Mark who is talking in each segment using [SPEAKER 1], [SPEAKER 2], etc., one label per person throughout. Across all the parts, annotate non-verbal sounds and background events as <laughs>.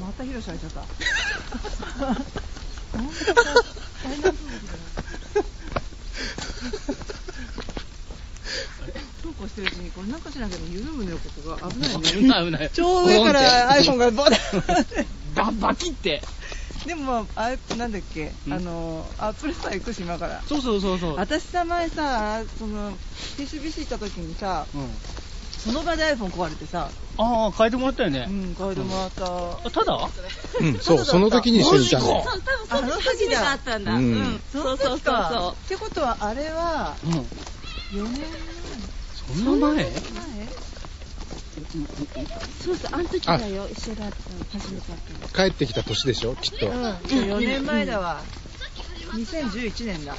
[SPEAKER 1] また広されちゃった。本当だ大南風力だよそうこうしてるうちに、これなんかしなきゃ緩むのよ、ここ
[SPEAKER 2] <laughs>
[SPEAKER 1] が。危ないね。
[SPEAKER 2] 危ない危ない。
[SPEAKER 3] <laughs> 超上から iPhone がボタン。
[SPEAKER 2] ババキって。
[SPEAKER 3] でも、あれ、なんだっけ、
[SPEAKER 2] うん
[SPEAKER 3] あの、アップルさん行くし、今から。
[SPEAKER 2] そうそうそうそう。
[SPEAKER 3] 私さ、前さ、その、TCBC 行った時にさ、
[SPEAKER 2] うん、
[SPEAKER 3] その場で iPhone 壊れてさ、
[SPEAKER 2] ああ、変えてもらったよね
[SPEAKER 3] う。ん、買えてもらった。
[SPEAKER 2] あただ
[SPEAKER 4] うん、そう、その時に一緒にいた
[SPEAKER 2] マジ。
[SPEAKER 4] の
[SPEAKER 2] か
[SPEAKER 3] あの時
[SPEAKER 5] があ
[SPEAKER 3] だ
[SPEAKER 5] っ。たんだ。
[SPEAKER 4] う
[SPEAKER 5] うんん。そうそうそうそ
[SPEAKER 3] ってことは、あれは、
[SPEAKER 2] うん。
[SPEAKER 3] 4年
[SPEAKER 2] そんな前
[SPEAKER 3] 前
[SPEAKER 5] う。そうそう、あの時だよ、一緒だったの、初めてだっ
[SPEAKER 4] 帰ってきた年でしょ、きっと。
[SPEAKER 3] 4年前だわ。2011年だ。
[SPEAKER 2] <laughs>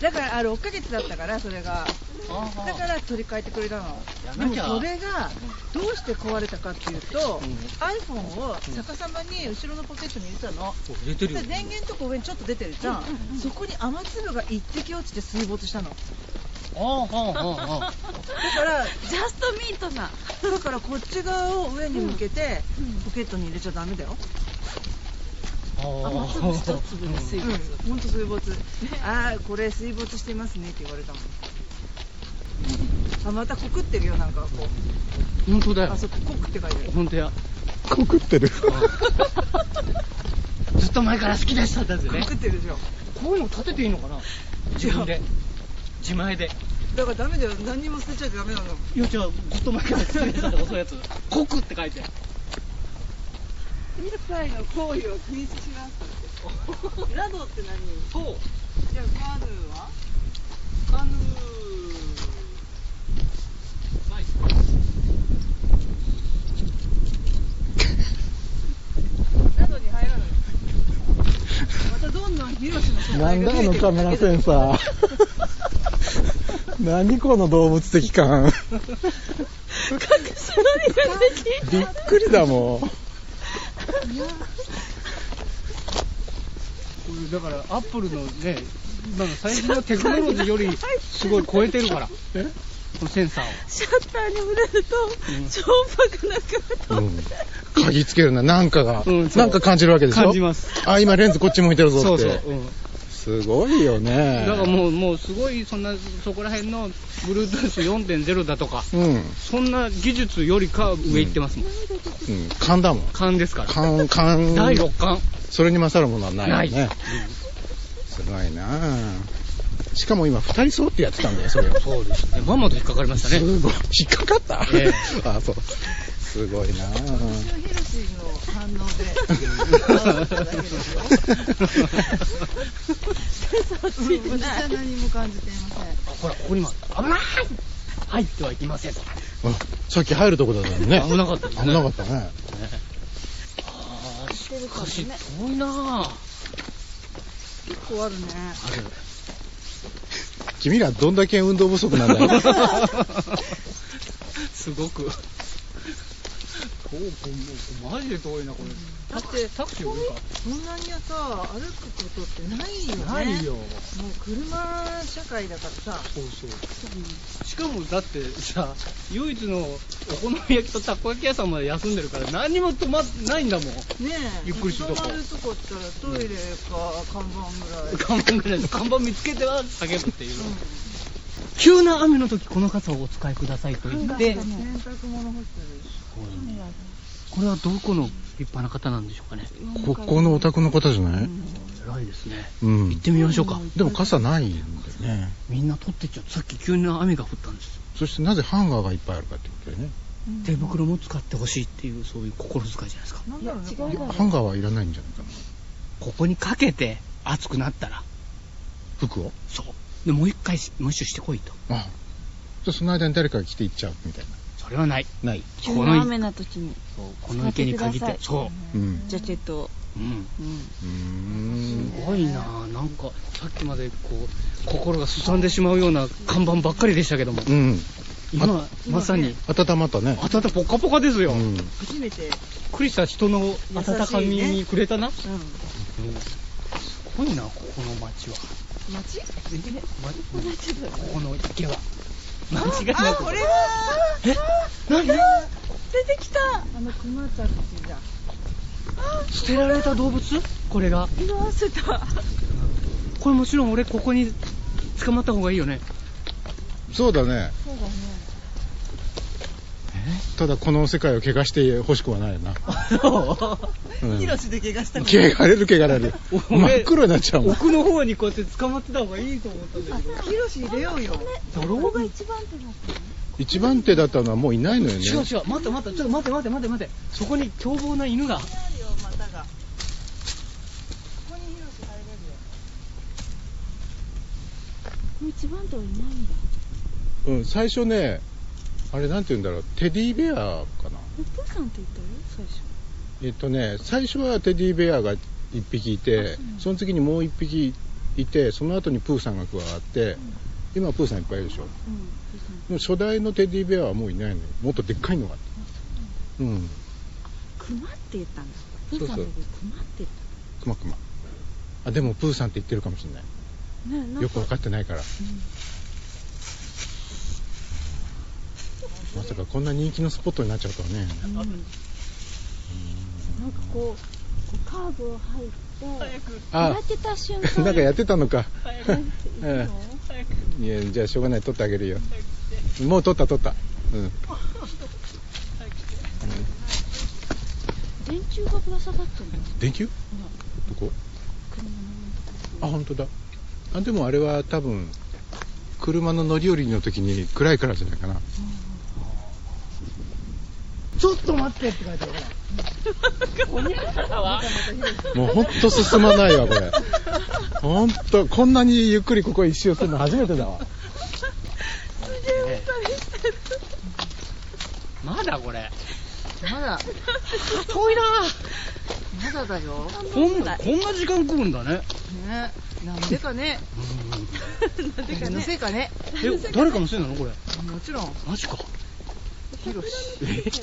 [SPEAKER 3] だから、あれ、6ヶ月だったから、それが。
[SPEAKER 2] ああ
[SPEAKER 3] だから取り替えてくれたの。
[SPEAKER 2] や
[SPEAKER 3] で
[SPEAKER 2] らな
[SPEAKER 3] も
[SPEAKER 2] きゃ
[SPEAKER 3] それがどうして壊れたかっていうと、
[SPEAKER 2] うん
[SPEAKER 3] iPhone を逆さまに後ろのポケットに入れてたの。
[SPEAKER 2] 入れてる
[SPEAKER 3] で
[SPEAKER 2] よ。
[SPEAKER 3] 電源とか上にちょっと出てるじゃん。そこに雨粒が一滴落ちて水没したの。
[SPEAKER 2] ああ、ああ、ああ。
[SPEAKER 3] だから、
[SPEAKER 5] た。ジャストミートな。
[SPEAKER 3] だからこっち側を上に向けてポケットに入れちゃダメだよ。
[SPEAKER 2] ああ、
[SPEAKER 5] まず一粒の水
[SPEAKER 3] うん、ほんと水没。ああ、これ水没してますねって言われたもん。あ、またコクってるよ、なんかこう。
[SPEAKER 2] 本当だよ
[SPEAKER 3] あ、。そこコクって書いてある。
[SPEAKER 2] 本当や。
[SPEAKER 4] 告ってる。
[SPEAKER 2] ずっと前から好きでしたんですよね
[SPEAKER 3] コ。クってるでしょ。
[SPEAKER 2] こういうの立てていいのかな自分で。自前で。
[SPEAKER 3] だからダメだよ何にも捨てちゃダメなの
[SPEAKER 2] いや、じゃあ、ずっと前から好きでしたとか、そういうやつ。 <laughs> コクって書い <laughs> て。
[SPEAKER 1] 一切の行為を禁止します。ラドって何
[SPEAKER 2] そう。
[SPEAKER 1] じゃあカヌーはカヌー。ラドに入らない。またどんどん広しの存
[SPEAKER 4] なん
[SPEAKER 1] 在が
[SPEAKER 4] だあ
[SPEAKER 1] 増え
[SPEAKER 4] の
[SPEAKER 1] て
[SPEAKER 4] カメラセンサ <laughs> ー。何この動物的感。びっくりだもん。
[SPEAKER 2] これだからアップルのね、今の最新のテクノロジーよりすごい超えてるから、このセンサーを。
[SPEAKER 5] シャッターに触れると、超爆なくな
[SPEAKER 4] う
[SPEAKER 5] る。
[SPEAKER 4] ん。鍵つけるな、なんかが、
[SPEAKER 2] うんそう
[SPEAKER 4] なんか感じるわけでしょ
[SPEAKER 2] 感じます。
[SPEAKER 4] あ、今レンズこっち向いてるぞって。
[SPEAKER 2] そうそう、うん。
[SPEAKER 4] すごいよね。
[SPEAKER 2] だからもう、もうすごい、そんな、そこら辺の Bluetooth4.0 だとか、
[SPEAKER 4] う、うん。
[SPEAKER 2] そんな技術よりか上行ってますもん。
[SPEAKER 4] うん。勘だもん。
[SPEAKER 2] 勘ですから。
[SPEAKER 4] 勘、勘。
[SPEAKER 2] 第6巻。
[SPEAKER 4] それに勝るものはないよ
[SPEAKER 2] ない
[SPEAKER 4] ね。すごいなぁ。しかも今、二人揃ってやってたんだよ、それを。
[SPEAKER 2] そうですね。まんまと引っかかりま
[SPEAKER 3] <laughs>
[SPEAKER 2] <laughs> したね。
[SPEAKER 4] すごい。引っかかった、
[SPEAKER 2] え
[SPEAKER 4] <laughs> あ、そう。すごいな <laughs> ぁ。
[SPEAKER 3] ヒロシの反
[SPEAKER 2] <laughs>
[SPEAKER 3] 応で無事さ何も感じていませ
[SPEAKER 2] あ
[SPEAKER 3] ん
[SPEAKER 2] ほら、ここにもある危ない入ってはいけません。
[SPEAKER 4] あさっき入るとこだったのね。
[SPEAKER 2] 危なかったですね
[SPEAKER 4] 危なかったね。
[SPEAKER 2] ああ、しかし、遠いなぁ。
[SPEAKER 3] 結構あるね
[SPEAKER 2] ある。
[SPEAKER 4] 君らどんだけ運動不足なんだ
[SPEAKER 2] <laughs>
[SPEAKER 4] よ。
[SPEAKER 2] すごく。こう、こう、マジで遠いな、これ。
[SPEAKER 3] だって
[SPEAKER 2] タクシー多い
[SPEAKER 3] そんなにさ歩くことってないよね
[SPEAKER 2] か。ないよ。
[SPEAKER 3] もう車社会だからさ
[SPEAKER 2] そうそう。しかも、だってさ、唯一のお好み焼きとたこ焼き屋さんまで休んでるから、何も止ま、ないんだもん。
[SPEAKER 3] ねえ
[SPEAKER 2] ゆっくりするとこ
[SPEAKER 3] 止まるとこったらトイレか看板
[SPEAKER 2] <laughs> 看
[SPEAKER 3] ぐらい
[SPEAKER 2] 板ぐらいの看板見つけては叫ぶっていう。急な雨の時、この傘をお使いくださいと言って、
[SPEAKER 3] 洗濯物干してる
[SPEAKER 2] これはどこの立派な方なんでしょうかね。
[SPEAKER 4] ここのお宅の方じゃない
[SPEAKER 2] 偉いですね。
[SPEAKER 4] うん。
[SPEAKER 2] 行ってみましょうか。
[SPEAKER 4] でも傘ないんだよね。
[SPEAKER 2] みんな取ってっちゃう。さっき急な雨が降ったんですよ。
[SPEAKER 4] そしてなぜハンガーがいっぱいあるかってことだよね。
[SPEAKER 2] 手袋も使ってほしいっていう、そういう心遣いじゃないですか。
[SPEAKER 3] なんだろうね
[SPEAKER 4] ハンガーはいらないんじゃないかな。
[SPEAKER 2] ここにかけて、暑くなったら、
[SPEAKER 4] 服を。
[SPEAKER 2] そう。で、もう一回し、ムッシュしてこいと。
[SPEAKER 4] あじゃあその間に誰かが来て行っちゃうみたい
[SPEAKER 2] それはない。
[SPEAKER 4] な。ない。
[SPEAKER 5] 急
[SPEAKER 2] こ
[SPEAKER 5] な
[SPEAKER 2] の
[SPEAKER 5] 雨
[SPEAKER 2] い
[SPEAKER 5] な時に、
[SPEAKER 2] そうこの池に限っ
[SPEAKER 5] 使っててください
[SPEAKER 2] そ
[SPEAKER 4] うん。
[SPEAKER 5] ジャケットを。
[SPEAKER 2] う。うん。
[SPEAKER 5] うん。
[SPEAKER 4] うーん。
[SPEAKER 2] すごいなぁ。なんか、さっきまでこう、心がすさんでしまうような看板ばっかりでしたけども、
[SPEAKER 4] うん。
[SPEAKER 2] 今、まさに、
[SPEAKER 4] 温まったね。
[SPEAKER 2] 暖かポカポカですよ。
[SPEAKER 4] う
[SPEAKER 2] びっ
[SPEAKER 4] ん。
[SPEAKER 3] 初めて
[SPEAKER 2] くりした人の温かみ
[SPEAKER 3] 優しい
[SPEAKER 2] にくれたな。す
[SPEAKER 3] うん
[SPEAKER 2] ごいな、ここの街は。
[SPEAKER 3] 街
[SPEAKER 2] まここの池は。間違い
[SPEAKER 3] あ
[SPEAKER 2] なく。
[SPEAKER 3] これは
[SPEAKER 2] え何
[SPEAKER 3] 出てきたあのクマたちだ
[SPEAKER 2] 捨てられた動物これが
[SPEAKER 3] 色あせた
[SPEAKER 2] これもちろん俺ここに捕まった方がいいよね
[SPEAKER 4] そうだね。
[SPEAKER 5] そうだね。
[SPEAKER 4] ただこの世界を怪我してほしくはないな。うん
[SPEAKER 3] ヒロシで怪我したの
[SPEAKER 4] 怪我れる怪我れる。
[SPEAKER 2] 俺
[SPEAKER 4] 真っ黒になっちゃうもん。
[SPEAKER 2] 奥の方にこうやって捕まってた方がいいと思ったんだけど
[SPEAKER 3] ヒロシ入れようよ
[SPEAKER 5] ここが一番手だったの
[SPEAKER 4] 一番手だったのはもういないのよね。
[SPEAKER 2] 違う違う待って待ってちょっと待って待って待って待ってそこに凶暴な犬が
[SPEAKER 3] 股がここにヒロシ入れるよ
[SPEAKER 5] もう一番手はいないんだ。
[SPEAKER 4] うん、最初ね、あれなんて言うんだろう、テディベアかな。
[SPEAKER 5] お父さんって言ったよ、最初。
[SPEAKER 4] えっとね、最初はテディベアが1匹いて、その次にもう1匹いて、その後にプーさんが加わって、今はプーさんいっぱいいるでしょ。
[SPEAKER 5] うん、お父さん。
[SPEAKER 4] もう初代のテディベアはもういないのよ。もっとでっかいのがあった。うん、
[SPEAKER 5] 熊って言ったんだ。
[SPEAKER 4] そう
[SPEAKER 5] お
[SPEAKER 4] そ
[SPEAKER 5] 父
[SPEAKER 4] う
[SPEAKER 5] さんのこと熊って言っ
[SPEAKER 4] くまくま。あ、でもプーさんって言ってるかもしれない。
[SPEAKER 5] た。ね、なん
[SPEAKER 4] よくわ
[SPEAKER 5] か、
[SPEAKER 4] かってないから、まさかこんな人気のスポットになっちゃうとはね、
[SPEAKER 5] うん、なんかこう、こうカーブを入って、
[SPEAKER 4] あ
[SPEAKER 5] やってた瞬
[SPEAKER 4] <laughs>
[SPEAKER 5] 間。
[SPEAKER 4] なんかやってたのか
[SPEAKER 5] なんて言うの
[SPEAKER 4] いやじゃあしょうがない撮ってあげるよもう撮った撮ったうん
[SPEAKER 5] 電柱がぶら下がってるの。
[SPEAKER 4] 電球どこ
[SPEAKER 5] 車
[SPEAKER 4] あ
[SPEAKER 5] の
[SPEAKER 4] 本当だあでもあれは多分車の乗り降りの時に暗いからじゃないかな
[SPEAKER 2] ちょっと待ってって書いてある
[SPEAKER 4] もうほんと進まないわこれほんとこんなにゆっくりここ一周するの初めてだわ
[SPEAKER 2] まだこれ
[SPEAKER 3] まだ
[SPEAKER 2] 遠いな
[SPEAKER 3] まだだよ
[SPEAKER 2] こんなこんな時間食うんだね
[SPEAKER 3] ねなんでかねなんでかねのせいかね
[SPEAKER 2] え誰かのせいなのこれ
[SPEAKER 3] もちろん
[SPEAKER 2] マジか
[SPEAKER 4] <laughs>
[SPEAKER 3] ヒロシ